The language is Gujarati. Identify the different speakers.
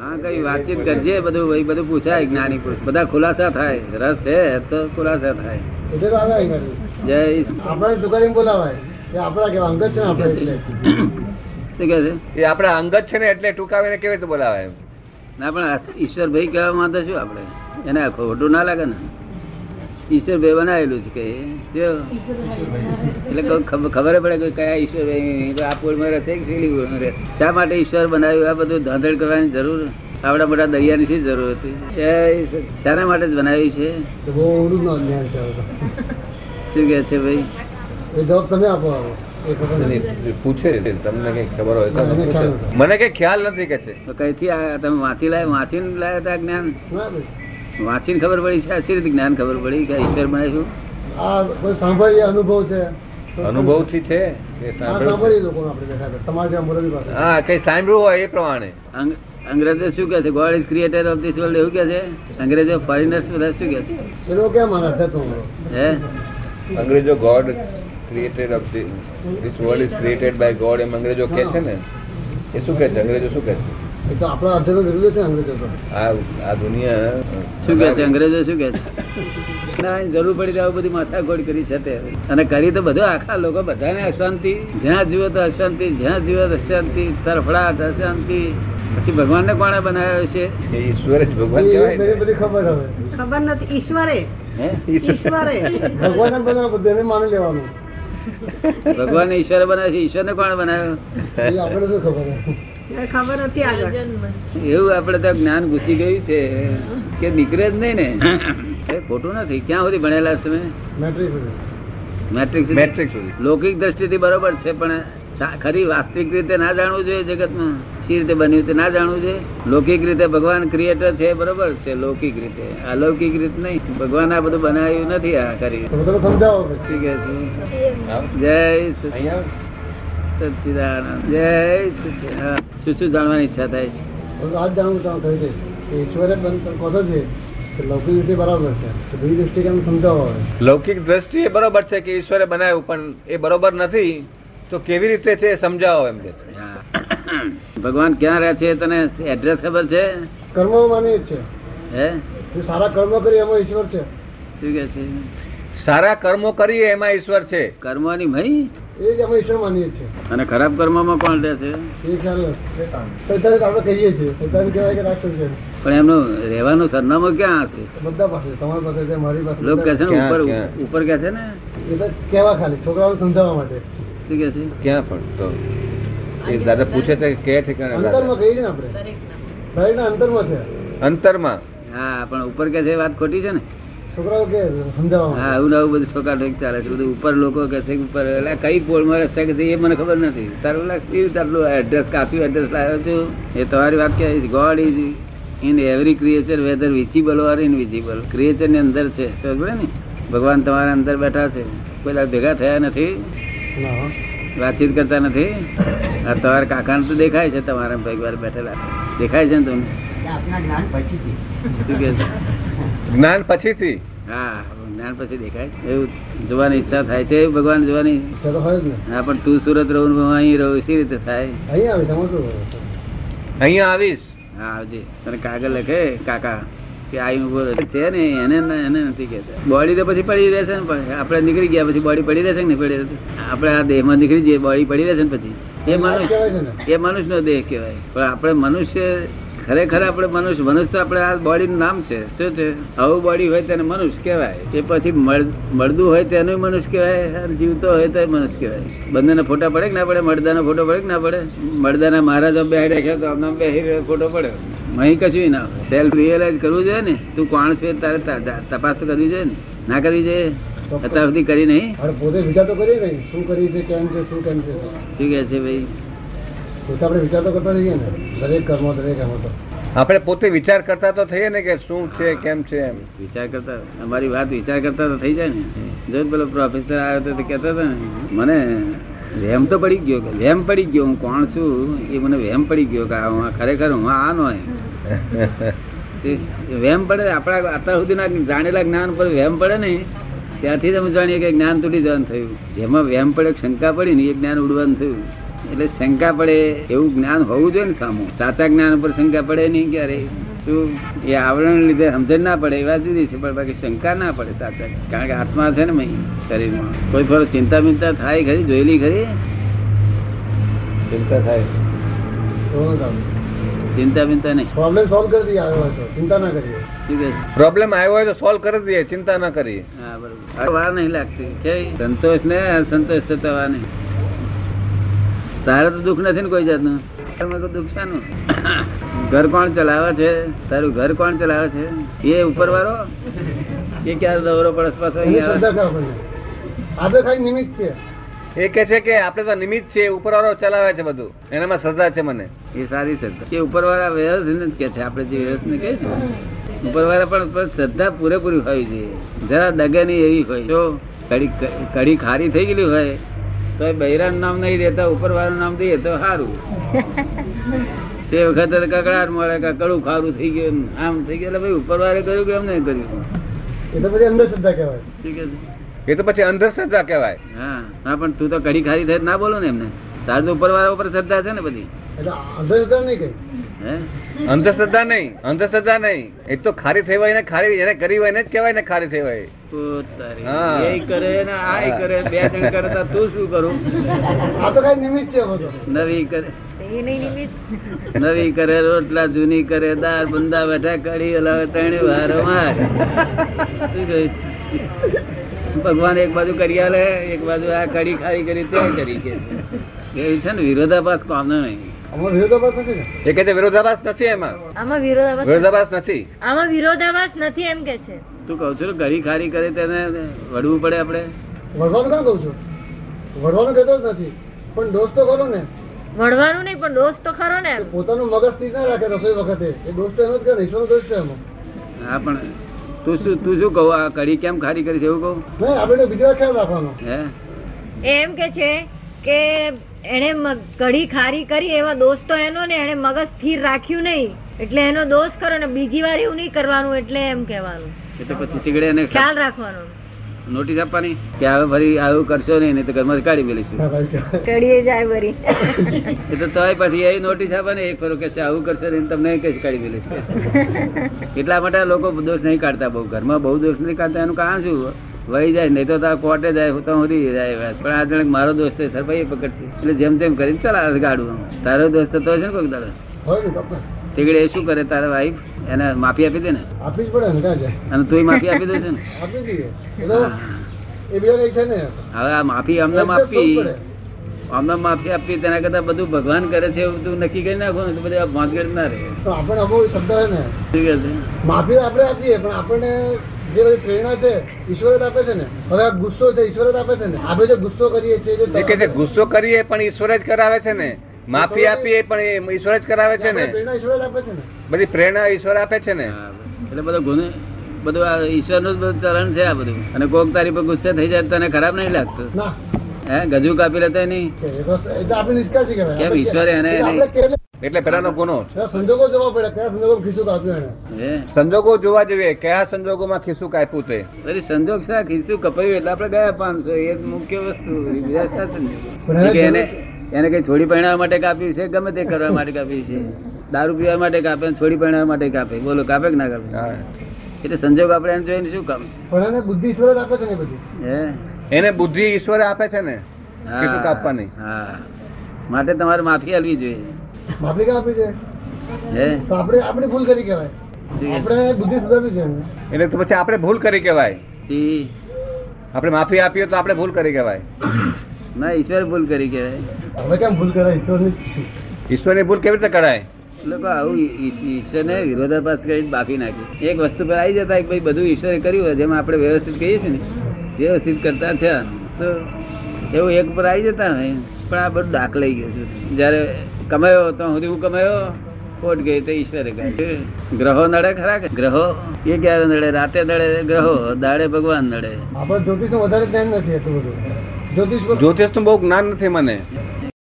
Speaker 1: હા કઈ વાતચીત કરજે બધું ભાઈ બધું પૂછાય જ્ઞાની પુરુષ બધા ખુલાસા થાય રસ છે તો ખુલાસા થાય
Speaker 2: એટલે તો આવે અહીં ઘડી.
Speaker 1: જય ઈશ-
Speaker 2: આપણે દુકાને બોલાવાય એ આપણા કેવા અંગત છે ને આપણે એટલે
Speaker 1: શું કહે છે
Speaker 3: એ આપણા અંગત છે ને એટલે ટૂંકાવીને કેવી રીતે બોલાવાય એમ?
Speaker 1: ના પણ આ ઈશ્વરભાઈ કહેવા માંગે શું આપણે એને આ ખોટું ના લાગે ને ઈશ્વરભાઈ બનાવેલું છે કઈ જો. એટલે કોઈ ખબ- ખબર પડે કે કયા ઈશ્વરભાઈ આ પૂળમાં રહેશે કે પેલી પૂળમાં રહેશે શા માટે ઈશ્વર બનાવ્યું આ બધું ધાંધળ કરવાની જરૂર આવડા મોટા દરિયાની શી જરૂર હતી એ ઈશ્વર શાના માટે જ બનાવ્યું છે
Speaker 2: તો બહુ ઓલું નો જ્ઞાન છે હવે તો.
Speaker 1: શું કહે છે ભાઈ
Speaker 2: એ જવાબ તમે આપો હવે. એ ખબર
Speaker 3: એટલે
Speaker 2: નથી.
Speaker 3: એ પૂછે છે, તમને કઈ ખબર હોય તો
Speaker 2: મને
Speaker 3: પૂછે.
Speaker 2: ખ્યાલ નથી.
Speaker 3: મને કઈ ખ્યાલ નથી કે છે
Speaker 1: તો કઈથી આ તમે વાંચી લાય વાંચીને લાયા હતા જ્ઞાન
Speaker 2: ના ભાઈ.
Speaker 1: વાંચીને ખબર પડી છે આ શી રીતે જ્ઞાન ખબર પડી કે આ ઈશ્વર બનાવ્યું
Speaker 2: આ કોઈ સાંભળીએ અનુભવ છે
Speaker 3: અનુભવથી છે કે
Speaker 2: આ
Speaker 3: સાંભળ્યું
Speaker 2: સાંભળીએ લોકોને આપણે બેઠા બેઠા. તમારે ત્યાં મોરબી પાસે
Speaker 3: હા કઈ સાંભળ્યું હોય એ પ્રમાણે
Speaker 1: અંગ- અંગ્રેજો શું કહે છે God is creator of this world એવું કહે છે અંગ્રેજો ફોરેનર્સ બધા શું કહે છે
Speaker 2: એ લોકો કેમ માને છે તો બોલો.
Speaker 1: હે
Speaker 3: અંગ્રેજો God created of this world is created by God એમ અંગ્રેજો કહે છે ને એ શું કહે છે અંગ્રેજો શું કહે છે
Speaker 2: એ તો આપણા અધ્યયનો વિરુદ્ધ છે અંગ્રેજો તો
Speaker 3: આ આ દુનિયા
Speaker 1: શું કહે છે અંગ્રેજો શું કહે છે ના અહીં જરૂર પડી તો આવું બધી માથાકોડ કરી છે તે અને કરી તો બધું આખા લોકો બધાને અશાંતિ જ્યાં જુઓ તો અશાંતિ જ્યાં જુઓ તો અશાંતિ તરફડાટ અશાંતિ પછી ભગવાનને કોણે બનાવ્યો છે
Speaker 3: એ ઈશ્વર જ ભગવાન
Speaker 2: એ
Speaker 3: કહેવાય
Speaker 2: બધી-
Speaker 3: ને.
Speaker 2: બધી ખબર હવે
Speaker 4: ખબર નથી ઈશ્વરે
Speaker 1: હે
Speaker 3: ઈશ્વર
Speaker 4: ઈશ્વરે
Speaker 2: ભગવાન જ બધા બધાને માની લેવાનું
Speaker 1: ભગવાન ઈશ્વરે બનાવ્યો છે ઈશ્વરને કોણે બનાવ્યો
Speaker 2: એ આપણે શું ખબર હે?
Speaker 4: એ ખબર નથી આગળ
Speaker 1: એવું આપણે તો જ્ઞાન ઘૂસી ગયું છે કે નીકળે જ નહીં ને એ ખોટું નથી ક્યાં સુધી ભણેલા છો તમે
Speaker 2: મેટ્રિક સુધી.
Speaker 1: મેટ્રિક
Speaker 3: મેટ્રિક સુધી
Speaker 1: લૌકિક દ્રષ્ટિથી બરોબર છે પણ સા- ખરી વાસ્તવિક રીતે ના જાણવું જોઈએ જગતમાં શી રીતે બન્યું તે ના જાણવું જોઈએ લૌકિક રીતે ભગવાન ક્રિએટર છે એ બરોબર છે લૌકિક રીતે અલૌકિક રીત નહીં ભગવાન આ બધું બનાવ્યું નથી આ ખરી
Speaker 2: તમે તમે સમજાવો
Speaker 1: શું
Speaker 2: ભાઈ.
Speaker 1: કહે છે
Speaker 3: આવો.
Speaker 1: જય સચ-
Speaker 3: અહીંયા આવો.
Speaker 1: સચ્ચિદાનંદ જય સચ્ચિદાનંદ શું શું જાણવાની ઈચ્છા થાય છે
Speaker 2: હવે આ જ જાણવું તમે કહી દઈશ કે ઈશ્વરે બંધ તમે કહો છો જે કે લૌકિક રીતે બરાબર છે તો બીજી દ્રષ્ટિ કેમ સમજાવો હવે
Speaker 3: લૌકિક દ્રષ્ટિએ બરોબર છે કે ઈશ્વરે બનાવ્યું પણ એ બરોબર નથી તો કેવી રીતે છે એ સમજાવો એમ કે છે.
Speaker 1: હા. ભગવાન ક્યાં રહે છે તને એડ્રેસ ખબર છે
Speaker 2: કર્મ માની જ છે
Speaker 1: હે
Speaker 2: જે સારા કર્મ કરી એમાં ઈશ્વર છે
Speaker 1: શું કે છે
Speaker 3: સારા કર્મો કરીએ એમાં ઈશ્વર છે
Speaker 1: કર્મોની ભઈ
Speaker 2: એ જ એમાં ઈશ્વર માનીએ છીએ
Speaker 1: અને ખરાબ કર્મમાં કોણ રહે છે
Speaker 2: એ ખ્યાલ નથી. સૈદ્ધાંતિક આપણે કહીએ છીએ સૈદ્ધાંતિક કહેવાય કે રાક્ષસ છે
Speaker 1: પણ એમનું રહેવાનું સરનામું ક્યાં હશે
Speaker 2: બધા પાસે તમારી પાસે છે મારી પાસે
Speaker 1: લોકો કહે છે ને
Speaker 3: ક્યાં,
Speaker 1: ઉપર ઉપર
Speaker 3: ક્યાં?
Speaker 1: કહે છે ને
Speaker 2: એ તો કહેવા ખાલી છોકરાઓને સમજાવવા માટે
Speaker 1: શું કહે છે
Speaker 3: ક્યાં પણ તો એ દાદા પૂછે છે કે કયા ઠેકાણે
Speaker 2: અંતરમાં
Speaker 3: દાદા?
Speaker 2: કહીએ છીએ ને આપણે દરેકના અંતરમાં છે
Speaker 3: અંતરમાં
Speaker 1: હા પણ ઉપર કહે છે એ વાત ખોટી છે ને
Speaker 2: છોકરાઓ કે સમજાવવા
Speaker 1: હા
Speaker 2: માટે
Speaker 1: એવું નવું બધું ઠોકાઠોક ચાલે છે બધું ઉપર લોકો કહે છે કે ઉપર એટલે કઈ પોળમાં રસ્તા કે છે એ મને ખબર નથી તારું લા કેવી તારું એડ્રેસ કાચું એડ્રેસ લાવ્યો છું એ તમારી વાત કે God is in every creature whether visible or invisible creature ની અંદર છે સમજ પડે ને ભગવાન તમારા અંદર બેઠા છે પેલા ભેગા થયા નથી
Speaker 2: ના હો.
Speaker 1: વાતચીત કરતા નથી આ તમારા કાકાને તો દેખાય છે તમારા ભાઈ વાર બેઠેલા દેખાય છે ને તમને શું કહે છે
Speaker 3: જ્ઞાન પછીથી
Speaker 1: હા જ્ઞાન પછી દેખાય છે. એવું જોવાની ઈચ્છા થાય છે એવું ભગવાન જોવાની
Speaker 2: છે તો હોય જ ને
Speaker 1: હા પણ તું સુરત રહું ને હું અહીં રહું સી રીતે થાય
Speaker 2: અહીં આવે સમજવું
Speaker 3: અહીંયા આવીશ
Speaker 1: હા આવજે તને કાગળ લખે કાકા કે આઈ ઉભો રહે. છે ને એને ન- એને નથી કહેતા બોડી તો પછી પડી રહેશે ને પણ આપણે નીકળી ગયા પછી બોડી પડી રહેશે કે નહીં પડી રહેશે આપણે આ દેહમાં નીકળી જઈએ બોડી પડી રહેશે ને પછી એ માનું
Speaker 2: કહેવાય છે
Speaker 1: એ
Speaker 2: ને
Speaker 1: મનુષ્યનો દેહ કહેવાય પણ આપણે મનુષ્ય ખરેખર આપણે મનુષ્ય મનુષ્ય તો આપણે આ બોડીનું નામ છે શું છે આવું બોડી હોય તેને મનુષ્ય કહેવાય એ પછી મળ- મળદું હોય તેનું મનુષ્ય કહેવાય અને જીવતો હોય તો મનુષ્ય કહેવાય બંનેના ફોટા પડે કે ના પડે મળદાના ફોટો પડે કે ના પડે મળદાના મહારાજ બેહી રાખ્યા તો આમના બેહી રહ્યો ફોટો પડ્યો અહીં કશું ના હોય સેલ્ફ રિયલાઇઝ કરવું જોઈએ ને તું કોણ છે તારે તા- તા- તપાસ તો કરવી જોઈએ ને ના કરવી જોઈએ અત્યાર સુધી કરી નહીં
Speaker 2: આપણે પોતે વિચાર તો કરીએ ને શું કરીએ છીએ કેમ છે શું કેમ છે
Speaker 1: શું કહે છે ભાઈ
Speaker 2: પોતે આપણે વિચાર તો કરતા રહીએ ને દરેક કર્મ દરેક એમાં તો
Speaker 3: આપણે પોતે વિચાર કરતા તો થઈએ ને કે શું છે કેમ છે એમ
Speaker 1: વિચાર કરતા અમારી વાત વિચાર કરતા તો થઈ જાય ને જો પેલો પ્રોફેસર આવ્યો હતો તો કહેતો હતો ને મને વહેમ તો પડી ગયો કે વહેમ પડી ગયો હું કોણ છું એ મને વહેમ પડી ગયો કે આ હું આ ખરેખર હું આ નો વહેમ પડે આપણા અત્યાર સુધીના જાણેલા જ્ઞાન પર વહેમ પડે ને ત્યાંથી જ અમે જાણીએ કે જ્ઞાન તૂટી જવાનું થયું જેમાં વહેમ પડે શંકા પડી ને એ જ્ઞાન ઉડવાનું થયું એટલે શંકા પડે એવું જ્ઞાન હોવું જોઈએ ને સામું સાચા જ્ઞાન ઉપર શંકા પડે નહીં ક્યારે શું એ આવરણ લીધે સમજણ ના પડે એ વાત જુદી છે પણ બાકી શંકા ના પડે સાચા કારણ કે આત્મા છે ને મહી શરીરમાં કોઈ ફરો ચિંતા બિંતા થાય ખરી જોયેલી ખરી
Speaker 3: ચિંતા થાય
Speaker 1: ચિંતા બિંતા નહીં
Speaker 2: પ્રોબ્લેમ સોલ્વ કરી દઈએ આવ્યો હોય તો ચિંતા ના કરીએ
Speaker 1: શું કહે છે?
Speaker 3: પ્રોબ્લેમ આવ્યો હોય તો સોલ્વ કરી દઈએ ચિંતા ના કરીએ
Speaker 1: હા, બરોબર. હવે વાર નહીં લાગતી કેવી? સંતોષ ને સંતોષ થતા વાર નહીં. તારે તો દુઃખ નથી ને કોઈ જાતનું તારે કોઈ દુઃખ શાનું? ઘર કોણ ચલાવે છે તારું ઘર કોણ ચલાવે છે એ ઉપર વાળો કે ક્યારે દોરો પડસ પાછો
Speaker 2: એની
Speaker 1: અહીં આવે?
Speaker 2: શ્રદ્ધા કરો આપણને આપણે ખાલી નિમિત્ત છે
Speaker 3: એ કે છે કે આપણે તો નિમિત્ત છે ઉપરવાળો ચલાવે છે બધું એનામાં શ્રદ્ધા છે મને
Speaker 1: એ સારી શ્રદ્ધા કે ઉપરવાળા વ્યવસ્થિત નથી કે છે આપણે જે વ્યવસ્થિત કહીએ છીએ ને, ઉપરવાળા પણ પણ શ્રદ્ધા પૂરેપૂરી હોય છે જરા દગે નહીં એવી હોય જો કડી કડી ખારી થઈ ગયેલી હોય તો એ બૈરાનું નામ નહીં દેતા ઉપરવાળાનું નામ દઈએ તો સારું તે વખતે કકડાટ મળે કે કડું ખારું થઈ ગયું ને આમ થઈ ગયું એટલે ભાઈ ઉપરવાળે કર્યું કે એમ નહીં કર્યું શું
Speaker 2: એટલે પછી અંદર શ્રદ્ધા કહેવાય
Speaker 1: કહે છે?
Speaker 3: એ તો પછી અંધશ્રદ્ધા કહેવાય
Speaker 1: હા હા પણ તું તો કડી ખારી થઈ ના બોલો ને એમને તારે તો ઉપરવાળા ઉપર શ્રદ્ધા છે ને બધી
Speaker 2: એટલે અંધશ્રદ્ધા નહીં કઈ
Speaker 1: હે
Speaker 3: અંધશ્રદ્ધા નહીં અંધશ્રદ્ધા નહીં એ તો ખારી થઈ હોય ને ખારી એને કરી હોય ને જ કહેવાય ને ખારી થઈ હોય
Speaker 1: પોતારી.
Speaker 3: હા.
Speaker 1: એય કરે ને આય કરે બે જણ કરતા તું શું કરું
Speaker 2: આ તો ખાલી નિમિત્ત છે બધો
Speaker 1: નવી કરે
Speaker 4: એ નહીં નિમિત્ત
Speaker 1: નવી કરે રોટલા જૂની કરે દાળ બંદા બેઠા કઢી હલાવે ત્રણે વાર માર શું કહ્યું? ભગવાન એક બાજુ કરી આલે એક બાજુ આ કઢી ખારી કરી તે કરી કે એ છે ને વિરોધાભાસ કોમનો નહીં
Speaker 2: અમારો વિરોધાભાસ નથી ને
Speaker 3: એ કહે છે વિરોધાભાસ નથી એમાં
Speaker 4: આમાં વિરોધાભાસ
Speaker 3: વિરોધાભાસ નથી
Speaker 4: આમાં વિરોધાભાસ નથી એમ કે છે
Speaker 1: તું કહું છું ને, કઢી ખારી કરે તેને વળવું પડે આપણે
Speaker 2: વળવાનું ના કહું છું વળવાનું કહેતો જ નથી પણ દોષ તો ખરો ને
Speaker 4: વળવાનું નહીં પણ દોષ તો ખરો ને
Speaker 2: કે પોતાનું મગજ સ્થિર ના રાખે રસોઈ વખતે એ દોષ તો એમ જ કરે ને, ઈશ્વરનો દોષ છે એમાં
Speaker 1: હા પણ તું શું તું શું કહું આ કઢી કેમ ખારી કરી છે એવું કહું
Speaker 2: નહીં આપણે બીજી વાર ખ્યાલ રાખવાનો
Speaker 1: હે
Speaker 4: એ એમ કે છે કે એણે મ- કઢી ખારી કરી એવા દોષ તો એનો ને એણે મગજ સ્થિર રાખ્યું નહીં એટલે એનો દોષ ખરો ને બીજી વાર એવું નહીં કરવાનું એટલે એમ કહેવાનું
Speaker 1: એટલે પછી તીગડે એને
Speaker 4: ખ્યાલ રાખવાનો
Speaker 1: નોટિસ આપવાની કે હવે ફરી આવું કરશો નહીં નહીં તો ઘરમાં કાઢી મેલીશું
Speaker 2: હા, ભાઈ.
Speaker 4: કઢીએ જાય વરી
Speaker 1: એ તો તોય પછી એ નોટિસ આપવાની એક ફરો કે છે આવું કરશો નહીં તમને કઈ કાઢી મેલીશું એટલા માટે આ લોકો દોષ નહીં કાઢતા બહુ ઘરમાં બહુ દોષ નહીં કાઢતા એનું કારણ શું વહી જાય નહીં તો તાર કોર્ટે જાય તો હુરી જાય બસ. પણ આ જણ મારો દોસ્ત છે સર ભાઈ એ પકડશે એટલે જેમ તેમ કરીને ચલાવે છે ગાડું તારો દોસ્ત તો છે ને કોઈક દાડો
Speaker 2: હોય ને તો આપણે
Speaker 1: તીગડે એ શું કરે તારા વાઈફ એને માફી આપી દે ને
Speaker 2: આપવી જ પડે ને ક્યાં જાય
Speaker 1: અને તુંય માફી આપી દે છે ને
Speaker 2: આપી દઈએ એ તો
Speaker 1: હા.
Speaker 2: એ બીજાને ઈચ્છા ને
Speaker 1: હવે આ માફી અમને આપી આમને માફી આપી તેના કરતા બધું ભગવાન કરે છે એવું તું નક્કી કરી નાખો ને તો બધા ભાંજગડ ના રહે
Speaker 2: પણ આપણને અમુક શબ્દ હોય ને
Speaker 1: શું કહે છે?
Speaker 2: માફી આપણે આપીએ પણ આપણને જે બધી પ્રેરણા છે ઈશ્વર જ આપે છે ને હવે આ ગુસ્સો છે ઈશ્વર જ આપે છે ને આપણે જે ગુસ્સો કરીએ છીએ જે
Speaker 3: એ કહે છે ગુસ્સો કરીએ પણ ઈશ્વર જ કરાવે છે ને માફી આપીએ પણ એ ઈશ્વર જ કરાવે છે ને
Speaker 2: આપણે પ્રેરણા ઈશ્વર જ આપે છે ને
Speaker 3: બધી પ્રેરણા ઈશ્વર આપે છે ને
Speaker 1: હા, એટલે બધો ગુનો બધું આ ઈશ્વરનું જ બધું ચલણ છે આ બધું અને કોક તારી પર ગુસ્સે થઈ જાય તો તને ખરાબ નહીં લાગતું
Speaker 2: ના
Speaker 1: હે ગજુ કાપી લેતા નહીં
Speaker 2: કે એ તો એટલે આપણે નિષ્કાળજી કહેવાય
Speaker 1: કેમ ઈશ્વરે એને-
Speaker 2: એટલે આપણે કહેવાય
Speaker 3: એટલે પહેલાનો ગુનો
Speaker 2: કયા સંજોગો જોવા પડે કયા સંજોગો ખિસ્સો કાપ્યો એને
Speaker 1: હે
Speaker 3: સંજોગો જોવા જોઈએ કયા સંજોગોમાં ખિસ્સું કાપ્યું તે
Speaker 1: પછી સંજોગ શા ખીસું કપાયું એટલે આપણે ગયા પાંચસો એ જ મુખ્ય વસ્તુ બીજા શા
Speaker 2: પણ
Speaker 1: છે?
Speaker 2: હવે
Speaker 1: કે એને એને કઈ છોડી પહેણાવવા માટે કાપ્યું છે ગમે તે કરવા માટે કાપ્યું છે દારૂ પીવા માટે કાપે ને છોડી પહેણાવવા માટે કાપે બોલો કાપે કે ના કાપે
Speaker 3: હા.
Speaker 1: એટલે સંજોગ આપણે એને જોઈને શું કામ છે
Speaker 2: પણ એને બુદ્ધિ ઈશ્વર જ આપે છે ને બધી
Speaker 1: હે
Speaker 3: એને બુદ્ધિ ઈશ્વરે આપે છે ને કેટલું કાપવાની?
Speaker 1: હા માટે તમારે માફી આપવી જોઈએ
Speaker 2: માફી ક્યાં આપી છે
Speaker 1: હે
Speaker 2: તો આપણે આપણે ભૂલ કરી કહેવાય આપણે બુદ્ધિ સુધારવી છે એને.
Speaker 3: એટલે તો પછી આપણે ભૂલ કરી કહેવાય
Speaker 1: ઈ-
Speaker 3: આપણે માફી આપીએ તો આપણે ભૂલ કરી કહેવાય
Speaker 1: ના ઈશ્વર ભૂલ કરી કહેવાય
Speaker 2: હવે કેમ ભૂલ કરાય ઈશ્વરની
Speaker 3: ઈશ્વરની ભૂલ કેવી રીતે કરાય
Speaker 1: લોકો આવું ઈ- ઈ- ઈશ્વરને વિરોધાભાસ કરીને બાફી નાખે એક વસ્તુ પર આવી જતા કે ભાઈ બધું ઈશ્વરે કર્યું હોય જેમ આપણે વ્યવસ્થિત કહીએ છીએ ને વ્યવસ્થિત કરતા છે તો એવું એક પર આવી જતા ને પણ આ બધું ડાક લઈ ગયું છે જ્યારે કમાયો તો સુધી હું કમાયો ખોટ ગઈ તો ઈશ્વરે કહ્યું ગ્રહો નડે ખરા કે? ગ્રહો એ ક્યારે નડે રાતે નડે ગ્રહો દાડે ભગવાન નડે
Speaker 2: આપણે જ્યોતિષ વધારે જ્ઞાન નથી એટલું બધું જ્યોતિષ પર
Speaker 3: જ્યોતિષનું બહુ જ્ઞાન નથી મને